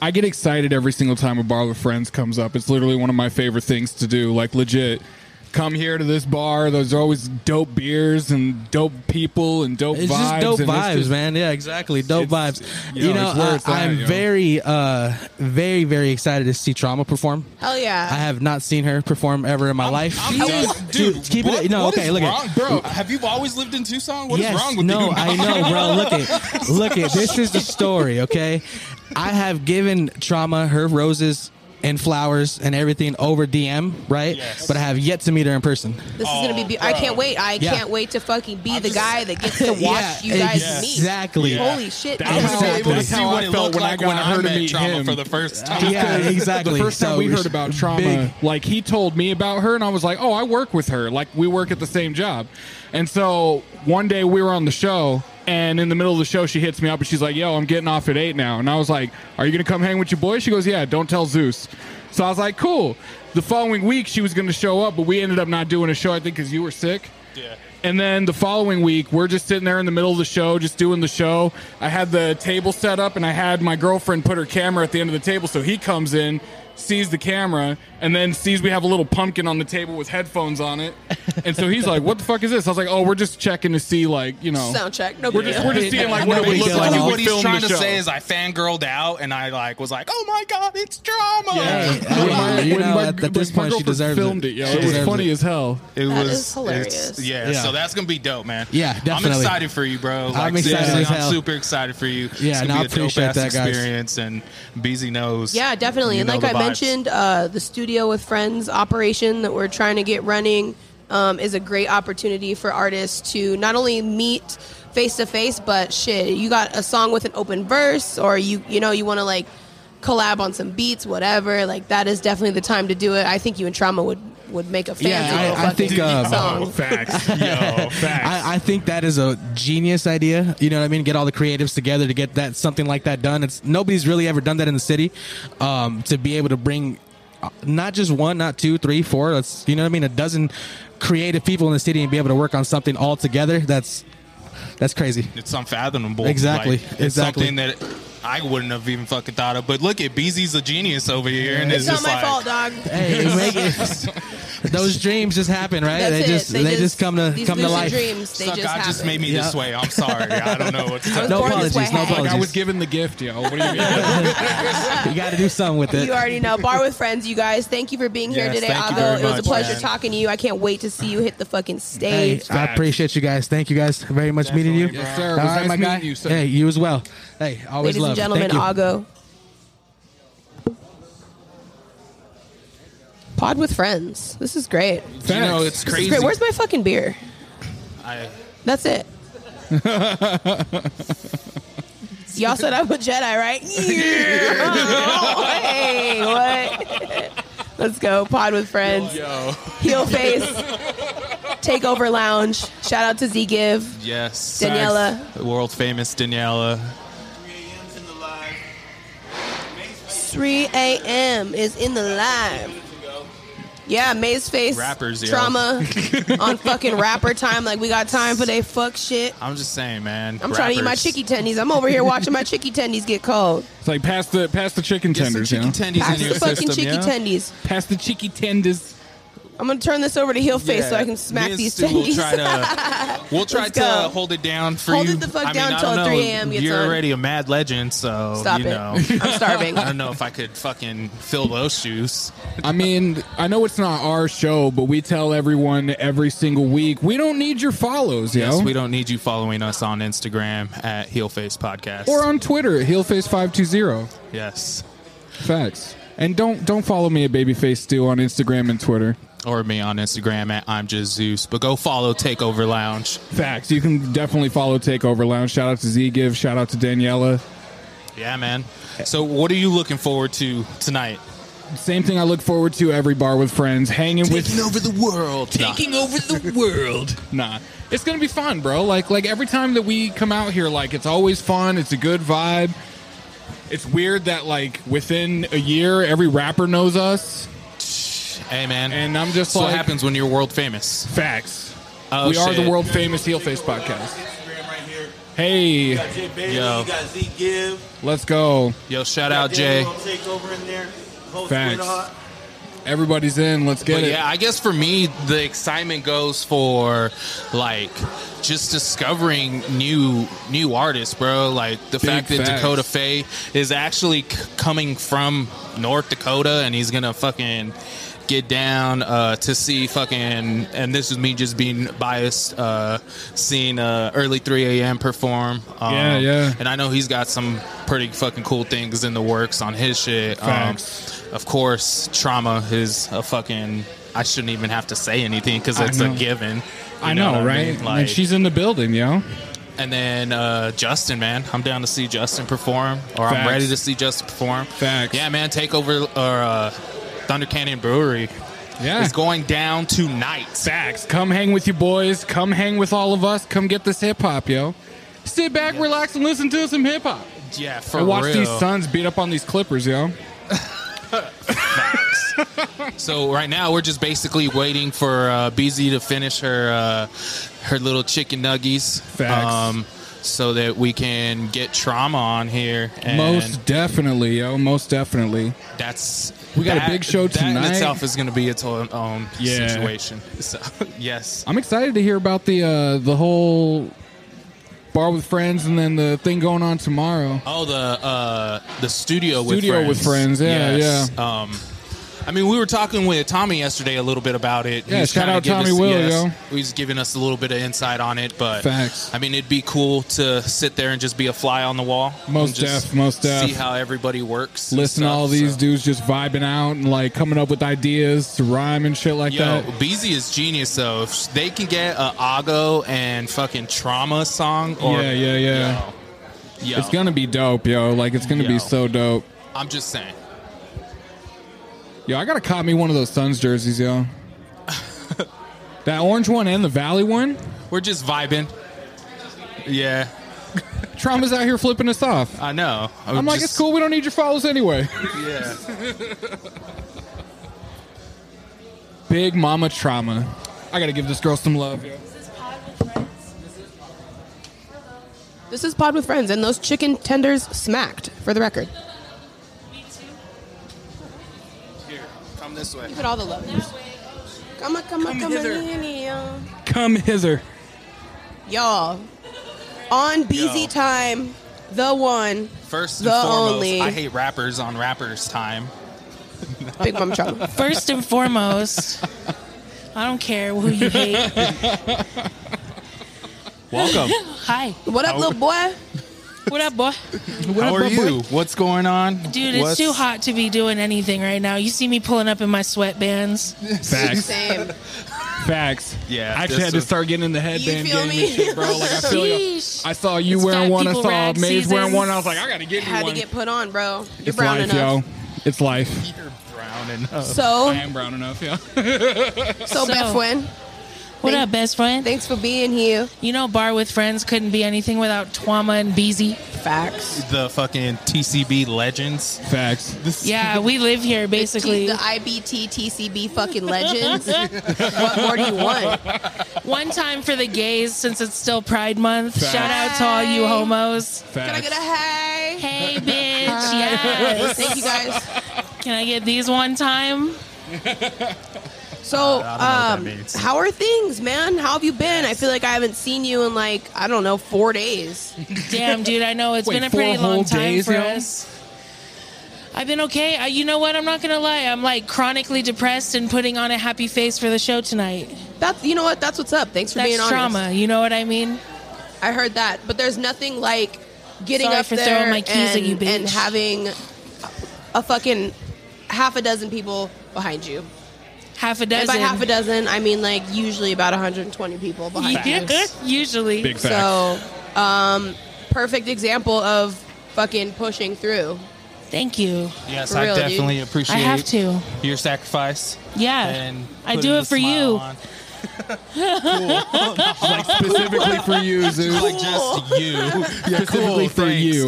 D: I get excited every single time a bar with friends comes up. It's literally one of my favorite things to do. Like legit, come here to this bar. There's always dope beers and dope people and dope
F: It's
D: vibes.
F: just dope
D: and it's
F: vibes,
D: just-
F: man. Yeah, exactly. Dope
D: It's-
F: vibes.
D: you
F: You
D: know,
F: know,
D: it's where
F: I,
D: it's at,
F: I'm
D: yo.
F: very, uh, very, very excited to see Trauma perform.
B: Hell yeah.
F: I have not seen her perform ever in my life.
C: I'm
F: She's-
C: done. dude,
F: keep
C: what,
F: it. No,
C: what
F: okay,
C: is
F: look
C: wrong,
F: at
C: bro. Have you always lived in Tucson? What is wrong with
F: no,
C: you?
F: I know, bro. Look at, look at. This is the story, okay? I have given trauma her roses and flowers and everything over DM, right?
C: Yes.
F: But I have yet to meet her in person.
B: this is gonna be.
C: Oh,
B: be- I
C: bro.
B: can't wait. I
F: Yeah.
B: can't wait to fucking be the
C: just-
B: guy that gets to watch you guys meet.
F: exactly.
C: Yeah.
B: Holy shit!
D: That
B: man.
D: was
C: I
D: Exactly.
C: able to
D: That's
C: see
D: how
C: what
D: I
C: it
D: felt
C: looked
D: when I
C: like
D: got
C: when I
D: her to
C: met
D: meet
C: Trauma
D: him.
C: for the first time.
F: Yeah, exactly.
D: The first time
F: So
D: we
F: it's
D: heard about trauma,
F: big-
D: like he told me about her, and I was like, "Oh, I work with her. Like we work at the same job." And so one day we were on the show, and in the middle of the show, she hits me up and she's like, "Yo, I'm getting off at eight now." And I was like, "Are you gonna come hang with your boy?" She goes, "Yeah. Don't tell Zeus." So I was like, "Cool." The following week, she was gonna show up, but we ended up not doing a show. I think because you were sick.
C: Yeah.
D: And then the following week, we're just sitting there in the middle of the show, just doing the show. I had the table set up, and I had my girlfriend put her camera at the end of the table. So he comes in, sees the camera, and then sees we have a little pumpkin on the table with headphones on it. And so he's like, "What the fuck is this?" I was like, "Oh, we're just checking to see, like, you know."
B: Sound check. No,
D: We're just we're just seeing like what it
F: Nobody
D: would look
F: does.
D: like.
F: I
D: if
F: think
D: we
C: what he's
D: filmed the
C: trying to
D: show.
C: say is I fangirled out and I like was like, oh my god, it's drama.
D: Yeah.
F: Hey, I mean,
D: When my-
F: you
D: when
F: know,
D: my-
F: at- at
D: when
F: this
D: my
F: point, she
D: girlfriend
F: deserves it.
D: filmed it. yo.
F: She
D: It was
F: deserves
D: funny
F: it.
D: as hell.
C: It
B: That
C: was
B: is hilarious.
C: it's- Yeah,
F: Yeah.
C: so that's gonna be dope, man.
F: Yeah,
C: I'm
F: definitely.
C: excited for you, bro. Like,
F: I'm excited
C: seriously,
F: as hell.
C: I'm super excited for you.
F: Yeah,
C: it's gonna
F: no, I
C: be a dope
F: appreciate
C: ass
F: that, guys.
C: experience, and BZ knows.
B: Yeah, definitely.
C: You
B: And
C: know
B: like
C: the
B: I
C: vibes.
B: mentioned, uh, the studio with friends operation that we're trying to get running um, is a great opportunity for artists to not only meet face to face, but shit, you got a song with an open verse, or you you know you want to like collab on some beats, whatever. Like that is definitely the time to do it. I think you and Trauma would would make a fancy
F: Yeah, I-
B: little
F: I
B: fucking
F: think, uh,
B: song.
D: facts, yo, facts.
F: I, I think that is a genius idea. You know what I mean? Get all the creatives together to get that something like that done. It's nobody's really ever done that in the city. Um, to be able to bring uh, not just one, not two, three, four. That's you know what I mean. A dozen creative people in the city and be able to work on something all together. That's that's crazy.
C: it's unfathomable.
F: Exactly,
C: Like, it's
F: exactly.
C: something that I wouldn't have even fucking thought of. But look at BZ's a genius over here, and it's,
B: It's not
C: just
B: my
C: like
B: fault, dog.
F: Hey, make it- those dreams just happen, right?
B: That's
F: they
B: it.
F: just they, just, come to
B: these
F: come to
B: lucid
F: life.
B: Dreams, they
C: Suck,
B: just
C: God
B: happen.
C: just made me
F: Yeah.
C: this way. I'm sorry. I don't know what to tell
B: was
C: you.
F: No
B: born this
F: apologies,
B: way,
F: no
B: hey.
F: apologies.
D: I was given the gift, yo. What do you mean?
F: You got to do something with it.
B: You already know. Bar with friends, you guys. Thank you for being here
C: Yes,
B: today,
C: thank
B: Avo.
C: you very
B: It was a
C: much,
B: pleasure
C: man.
B: talking to you. I can't wait to see you hit the fucking
F: Hey,
B: stage.
F: I appreciate you guys. Thank you guys very much meeting you.
C: Definitely,
D: yes, sir. It
F: All
D: was
F: right,
D: nice
F: my guy.
D: meeting you, sir.
F: hey, you as well. Hey, always
B: Ladies and
F: love.
B: gentlemen,
F: Thank you.
B: Ago. Pod with friends. This is great. This
C: You know, it's
B: is
C: crazy.
B: great. Where's my fucking beer?
C: I,
B: That's it. Y'all said I'm a Jedi, right? Yeah. Oh, hey, what? Let's go. Pod with friends.
C: yo,
B: Heel face. Takeover Lounge. Shout out to Z Give.
C: yes,
B: Daniela.
C: world famous Daniela.
B: 3 a.m. is in the live. Yeah, Maze Face.
C: Rappers, yo.
B: Trauma on fucking rapper time. Like, we got time for they fuck shit.
C: I'm just saying, man.
B: I'm trying to eat my
C: rappers-
B: chicky tendies. I'm over here watching my chicky tendies get cold.
D: It's like pass the pass the chicken
C: Get some
D: tenders, you
C: chicken
D: know.
C: tendies
B: Pass
C: in
B: the
C: your
B: fucking
C: system,
B: chicky
C: yeah?
B: tendies.
D: pass the chicky tenders.
B: I'm gonna turn this over to heel face so I can smack
C: Me and
B: these
C: Stu will
B: tendies.
C: try to, we'll try
B: Let's
C: to
B: go.
C: hold it down for
B: Hold
C: you.
B: it the fuck
C: I mean,
B: down
C: I
B: till
C: don't know.
B: 3 a.m. gets
C: You're
B: on.
C: already a mad legend, so
B: Stop
C: you
B: it.
C: know.
B: I'm starving.
C: I don't know if I could fucking fill those shoes.
D: I mean, I know it's not our show, but we tell everyone every single week we don't need your follows, yo.
C: Yes, we don't need you following us on Instagram at Heelface Podcast.
D: or on Twitter, heelface five two zero.
C: yes,
D: Facts. And don't don't follow me at babyface stew on Instagram and Twitter.
C: or me on Instagram at I'm Just Zeus. But go follow Takeover Lounge.
D: Facts. You can definitely follow Takeover Lounge. Shout out to Z Give. Shout out to Daniela.
C: Yeah, man. So what are you looking forward to tonight?
D: Same thing I look forward to every bar with friends, hanging with
C: over the world. Taking over the world.
D: Nah, it's gonna be fun, bro. Like like every time that we come out here, like it's always fun. It's a good vibe. It's weird that like within a year, every rapper knows us.
C: Hey, man.
D: And I'm just
C: That's what
D: like-
C: happens when you're world famous.
D: Facts.
C: Oh,
D: we are
C: shit.
D: the world famous heel face podcast.
G: Instagram right here.
D: Hey,
G: Got Jay Bailey,
C: Yo.
G: you got Z Give.
D: let's go.
C: Yo, shout out Jay.
G: Take over in there. Host
D: Facts.
G: Squidhawk.
D: Everybody's in. Let's get
C: But
D: it.
C: yeah, I guess for me, the excitement goes for like just discovering new new artists, bro. Like the
D: Big
C: fact that
D: facts.
C: Dakota Faye is actually c- coming from North Dakota, and he's gonna fucking get down uh, to see fucking. And this is me just being biased, uh, seeing uh, early 3 a.m. perform. Um,
D: Yeah, yeah.
C: And I know he's got some pretty fucking cool things in the works on his shit.
D: Facts.
C: Um, of course, trauma is a fucking. I shouldn't even have to say anything because
D: I
C: it's a
D: know.
C: given. You
D: I know,
C: what
D: right?
C: I mean? Like,
D: and she's in the building, yo.
C: and then uh, Justin, man, I'm down to see Justin perform, or I'm
D: Facts.
C: ready to see Justin perform.
D: Facts.
C: Yeah, man, take over or uh, Thunder Canyon Brewery
D: Yeah.
C: is going down tonight.
D: Facts. Come hang with you boys. Come hang with all of us. Come get this hip hop, yo. Sit back, relax, and listen to some hip hop.
C: Yeah, for
D: And watch
C: real.
D: these Suns beat up on these Clippers, yo.
C: So right now we're just basically waiting for uh, BZ to finish her uh, her little chicken nuggies, Um,
D: Facts.
C: so that we can get trauma on here. And
D: most definitely, yo. Most definitely.
C: that's
D: We got a
C: that-
D: big show
C: that
D: tonight.
C: In itself is going to be its own um,
D: Yeah.
C: situation. So yes,
D: I'm excited to hear about the uh, the whole bar with friends and then the thing going on tomorrow.
C: Oh, the uh, the studio, with
D: Studio
C: friends.
D: with friends, yeah,
C: yeah. Um, I mean, we were talking with Tommy yesterday a little bit about it.
D: Yeah,
C: He's
D: shout
C: kinda
D: out
C: giving
D: Tommy
C: us,
D: Will,
C: yes,
D: yo.
C: He's giving us a little bit of insight on it, but
D: Facts.
C: I mean, it'd be cool to sit there and just be a fly on the wall.
D: Most
C: and just
D: def, most def.
C: See how everybody works. and
D: Listen to
C: stuff,
D: all these
C: so.
D: dudes just vibing out and like coming up with ideas to rhyme and shit like
C: Yo,
D: that.
C: BZ is genius though. If they can get a Ago and fucking Trauma song, or
D: Yeah, yeah, yeah.
C: Yo, yo,
D: It's gonna be dope, yo. Like it's gonna
C: Yo.
D: be so dope.
C: I'm just saying.
D: Yo, I gotta cop me one of those Suns jerseys, yo. that orange one and the Valley one.
C: We're just vibing. Yeah,
D: Trauma's out here flipping us off.
C: I know.
D: I'm like,
C: just-
D: it's cool. We don't need your follows anyway.
C: Yeah.
D: Big Mama Trauma. I gotta give this girl some love. Yo.
B: This is Pod with friends, and those chicken tenders smacked. for the record.
C: Come this way.
B: Look at all the love. Come on, come on,
D: Come
B: come on,
D: hither.
B: in here.
D: Come hither.
B: y'all. On BZ
C: Yo.
B: time, the one,
C: First and
B: The
C: foremost,
B: only-
C: I hate rappers on rappers time.
B: Big Mama Chama.
H: First and foremost, I don't care who you hate.
C: Welcome.
H: Hi.
B: What up, little boy?
H: What up, boy?
C: How are you? What's going on?
H: Dude, it's
C: What's-
H: too hot to be doing anything right now. You see me pulling up in my sweatbands.
D: Facts.
B: Same.
D: Facts.
C: Yeah,
D: I actually
C: this
D: had to
C: is-
D: start getting in the headband
B: You feel
D: game
B: me?
D: and shit, bro. Like I feel you.
H: Sheesh.
D: I saw you
H: It's
D: wearing
H: fat
D: one. I
H: people
D: saw
H: rag
D: Maze wearing
H: season.
D: one. I was like, I gotta get you
B: Had to
D: one.
B: get put on, bro. You're
D: it's
B: brown
D: life,
B: enough.
D: yo. It's life.
C: You're brown enough.
D: I
B: So,
D: am brown enough. Yeah.
B: so
H: So-
B: Beth Wynn,
H: What
B: Thank-
H: up, best friend?
B: thanks for being here.
H: You know, Bar with Friends couldn't be anything without Twama and Beezy.
B: Facts.
C: The fucking TCB legends.
D: Facts.
H: Yeah, we live here basically.
B: The IBT TCB fucking legends. what more do you want?
H: One time for the gays since it's still Pride Month. Shout out to all you homos.
D: Facts.
B: Can I get a hey?
H: Hey, bitch. Yes.
B: Thank you guys.
H: Can I get these one time?
B: So,
C: I
B: um,
C: don't know what that means.
B: how are things, man? How have you been? I feel like I haven't seen you in like I don't know four days.
H: Damn, dude, I know it's
D: Wait,
H: been a
D: four
H: pretty
D: whole
H: long time
D: days,
H: for
D: yo?
H: us. I've been okay. I, you know what? I'm not gonna lie. I'm like chronically depressed and putting on a happy face for the show tonight.
B: That's you know what? That's what's up. Thanks for being
H: That's
B: honest.
H: trauma. You know what I mean?
B: I heard that, but there's nothing like getting
H: Sorry
B: up
H: for
B: there
H: throwing my keys at
B: and,
H: you, bitch.
B: and having a fucking half a dozen people behind you.
H: Half a
B: And
H: dozen.
B: by half a dozen, I mean like usually about 120 people behind you.
H: Yeah, usually.
D: Big facts.
B: So, um, perfect example of fucking pushing through.
H: Thank you.
C: Yes,
B: For
C: I
B: real, dude.
C: definitely appreciate
H: I have to.
C: your sacrifice.
H: Yeah.
C: And
H: I
C: putting
H: do
C: the
H: it for
C: smile
H: you.
C: on.
D: like specifically for you, Zeus.
C: Like just you. yeah,
D: Specifically for you.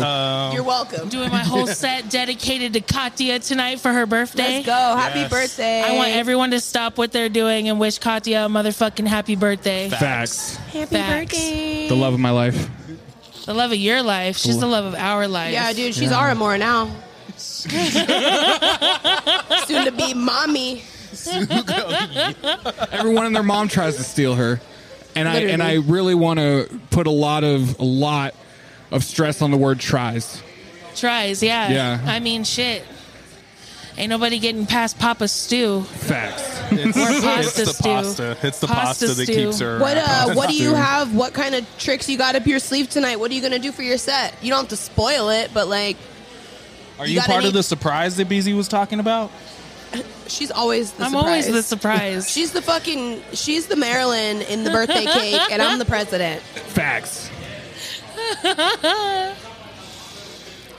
B: You're welcome.
H: Doing my whole set dedicated to Katya tonight for her birthday.
B: Let's go. Happy
C: Yes.
B: birthday.
H: I want everyone to stop what they're doing and wish Katya a motherfucking happy birthday.
D: Facts.
B: happy
H: Facts.
B: birthday.
D: The love of my life.
H: The love of your life. She's the love of our life.
B: Yeah, dude, she's Aura more now. Soon to be mommy.
D: everyone and their mom tries to steal her. And I and I really want to put a lot of a lot of stress on the word tries.
H: Tries, yeah.
D: Yeah.
H: I mean, shit. Ain't nobody getting past Papa Stew.
D: Facts.
C: It's,
H: Or
C: it's
H: pasta
C: the
H: stew.
C: pasta. It's the
H: Pasta
C: pasta, that
H: stew.
C: keeps her.
B: What
C: around.
B: uh, what do you have? What kind of tricks you got up your sleeve tonight? What are you gonna do for your set? You don't have to spoil it, but like,
C: Are
B: you
C: you
B: got
C: part
B: any-
C: of the surprise that BZ was talking about?
B: she's always the
H: I'm
B: surprise.
H: always the surprise.
B: She's the fucking. She's the Marilyn in the birthday cake, and I'm the president.
D: Facts.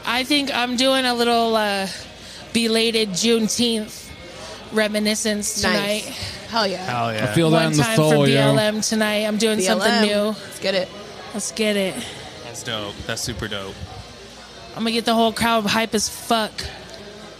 H: I think I'm doing a little uh, belated Juneteenth reminiscence tonight.
B: Nice. Hell yeah.
C: Hell yeah.
D: I feel that
H: One
D: in the
H: time
D: soul,
H: for
D: yo.
H: BLM tonight. I'm doing
B: BLM.
H: something new.
B: Let's get it.
H: Let's get it.
C: that's dope. That's super dope.
H: I'm gonna get the whole crowd hype as fuck.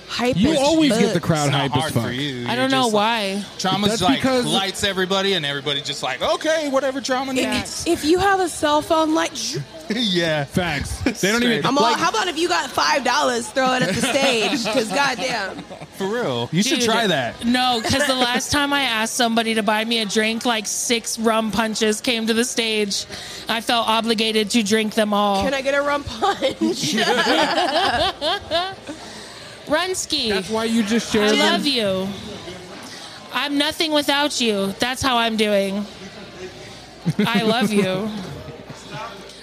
B: Hype.
D: You
B: as
D: always get the
B: fuck.
D: crowd
C: It's not
D: hype as
C: hard
D: fuck.
C: for you.
H: I
C: You're
H: don't know
C: just like-
H: why.
C: Trauma's
D: That's
C: like
D: because-
C: lights everybody, and everybody just like, okay, whatever trauma needs.
B: If you have a cell phone, like,
C: yeah.
D: Facts. They don't even.
C: Straight.
B: I'm all, how about if you got five dollars, throw it at the stage? Because goddamn.
C: For real. You should
H: Dude,
C: try that.
H: No, because the last time I asked somebody to buy me a drink, like six rum punches came to the stage. I felt obligated to drink them all.
B: Can I get a rum punch?
H: Runsky,
D: That's why you just shared.
H: I
D: them.
H: love you. I'm nothing without you. That's how I'm doing. I love you.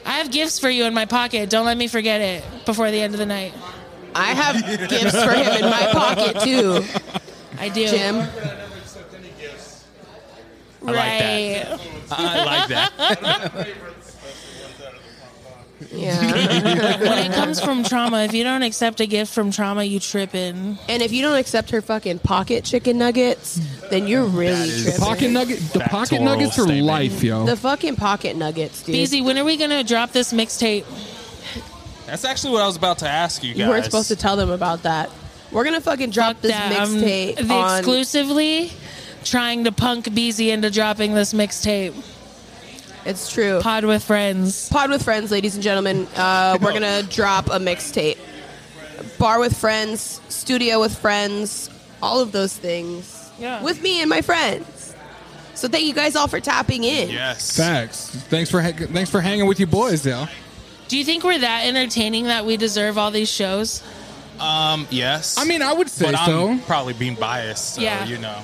H: I have gifts for you in my pocket. Don't let me forget it before the end of the night.
B: I have gifts for him in my pocket too,
H: I do.
B: Jim.
H: Right.
C: like that. I like that.
B: Yeah.
H: when it comes from trauma, if you don't accept a gift from trauma, you tripping.
B: and if you don't accept her fucking pocket chicken nuggets, then you're really
C: is-
B: tripping.
D: Pocket nugget. The
C: Factoral
D: pocket nuggets are
C: statement.
D: life, yo.
B: the fucking pocket nuggets, dude.
H: Beezy, when are we gonna drop this mixtape?
C: That's actually what I was about to ask you guys.
B: You weren't supposed to tell them about that. We're gonna fucking drop this
H: that I'm
B: mixtape
H: the
B: on.
H: exclusively trying to punk Beezy into dropping this mixtape.
B: it's true.
H: Pod with friends.
B: Pod with friends, ladies and gentlemen. Uh, we're gonna drop a mixtape. bar with friends, studio with friends, all of those things
H: Yeah.
B: with me and my friends. So thank you guys all for tapping in.
C: Yes.
D: Facts. Thanks for ha- thanks for hanging with you boys, y'all.
H: Do you think we're that entertaining that we deserve all these shows?
C: Um. Yes.
D: I mean, I would say
C: but
D: so.
C: I'm probably being biased. So,
H: Yeah.
C: You know.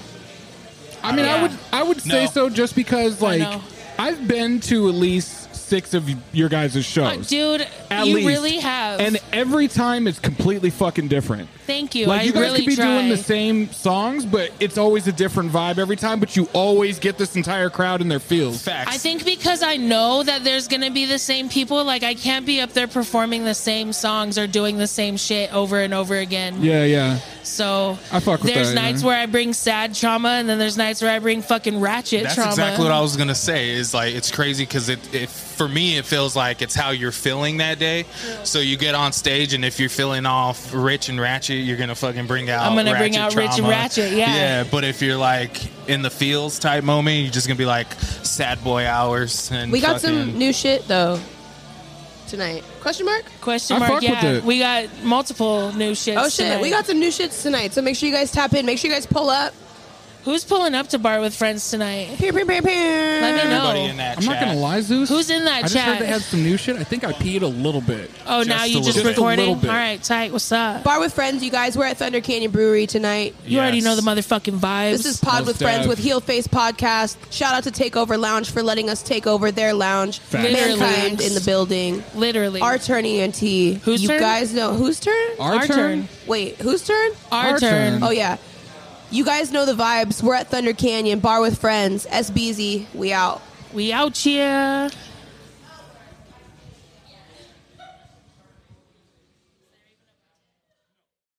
D: I mean, I
H: Yeah.
D: would I would say
C: No.
D: so just because like
H: know.
D: I've been to at least six of your guys'
H: Uh,
D: shows.
H: dude,
D: at
H: you
D: least.
H: really have.
D: And every time it's completely fucking different.
H: Thank you.
D: Like
H: I
D: you guys
H: really
D: could be
H: try.
D: doing the same songs, but it's always a different vibe every time. But you always get this entire crowd in their feels.
C: Facts.
H: I think because I know that there's going to be the same people, like I can't be up there performing the same songs or doing the same shit over and over again.
D: Yeah, yeah.
H: So
D: I fuck with
H: there's
D: that,
H: nights
D: yeah.
H: where I bring sad trauma, and then there's nights where I bring fucking ratchet
C: That's
H: trauma.
C: exactly what I was gonna say. Is like it's crazy because it, it for me it feels like it's how you're feeling that day. So you get on stage and if you're feeling off rich and ratchet, you're gonna fucking bring out.
H: I'm gonna bring
C: ratchet
H: out rich and
C: trauma.
H: ratchet, yeah.
C: Yeah, but if you're like in the feels type moment, you're just gonna be like sad boy hours. And
B: We got
C: fucking-
B: some new shit though tonight. Question mark?
H: Question
D: I
H: mark?
D: fuck with
H: Yeah,
D: it.
H: we got multiple new shit.
B: Oh shit, we got some new shits tonight. So make sure you guys tap in. Make sure you guys pull up.
H: Who's pulling up to bar with friends tonight?
B: Pew, pew, pew, pew.
H: Let me know.
C: everybody in that.
D: I'm not
C: chat.
D: gonna lie, Zeus.
H: Who's in that
D: I just
H: chat?
D: heard they had some new shit. I think I peed a little bit.
H: Oh, now
C: a
H: you
C: little
H: just
C: bit. Just
D: a
H: recording?
D: little
H: All
D: bit.
H: right, tight. What's up?
B: Bar with friends, you guys. We're at Thunder Canyon Brewery tonight.
H: You already
C: Yes.
H: know the motherfucking vibes.
B: This is Pod
D: Most
B: with Friends
D: def.
B: with Heel Face Podcast. Shout out to Takeover Lounge for letting us take over their lounge.
D: Facts.
B: Mankind
H: Literally.
B: in the building.
H: literally
B: Our turn, ENT.
H: Whose
B: you
H: turn?
B: guys know whose turn?
D: Our,
H: Our
D: turn.
H: turn.
B: Wait, whose turn?
H: Our,
D: Our
H: turn.
D: turn.
B: Oh yeah. You guys know the vibes. We're at Thunder Canyon, Bar with Friends, SBZ. We out.
H: We out here.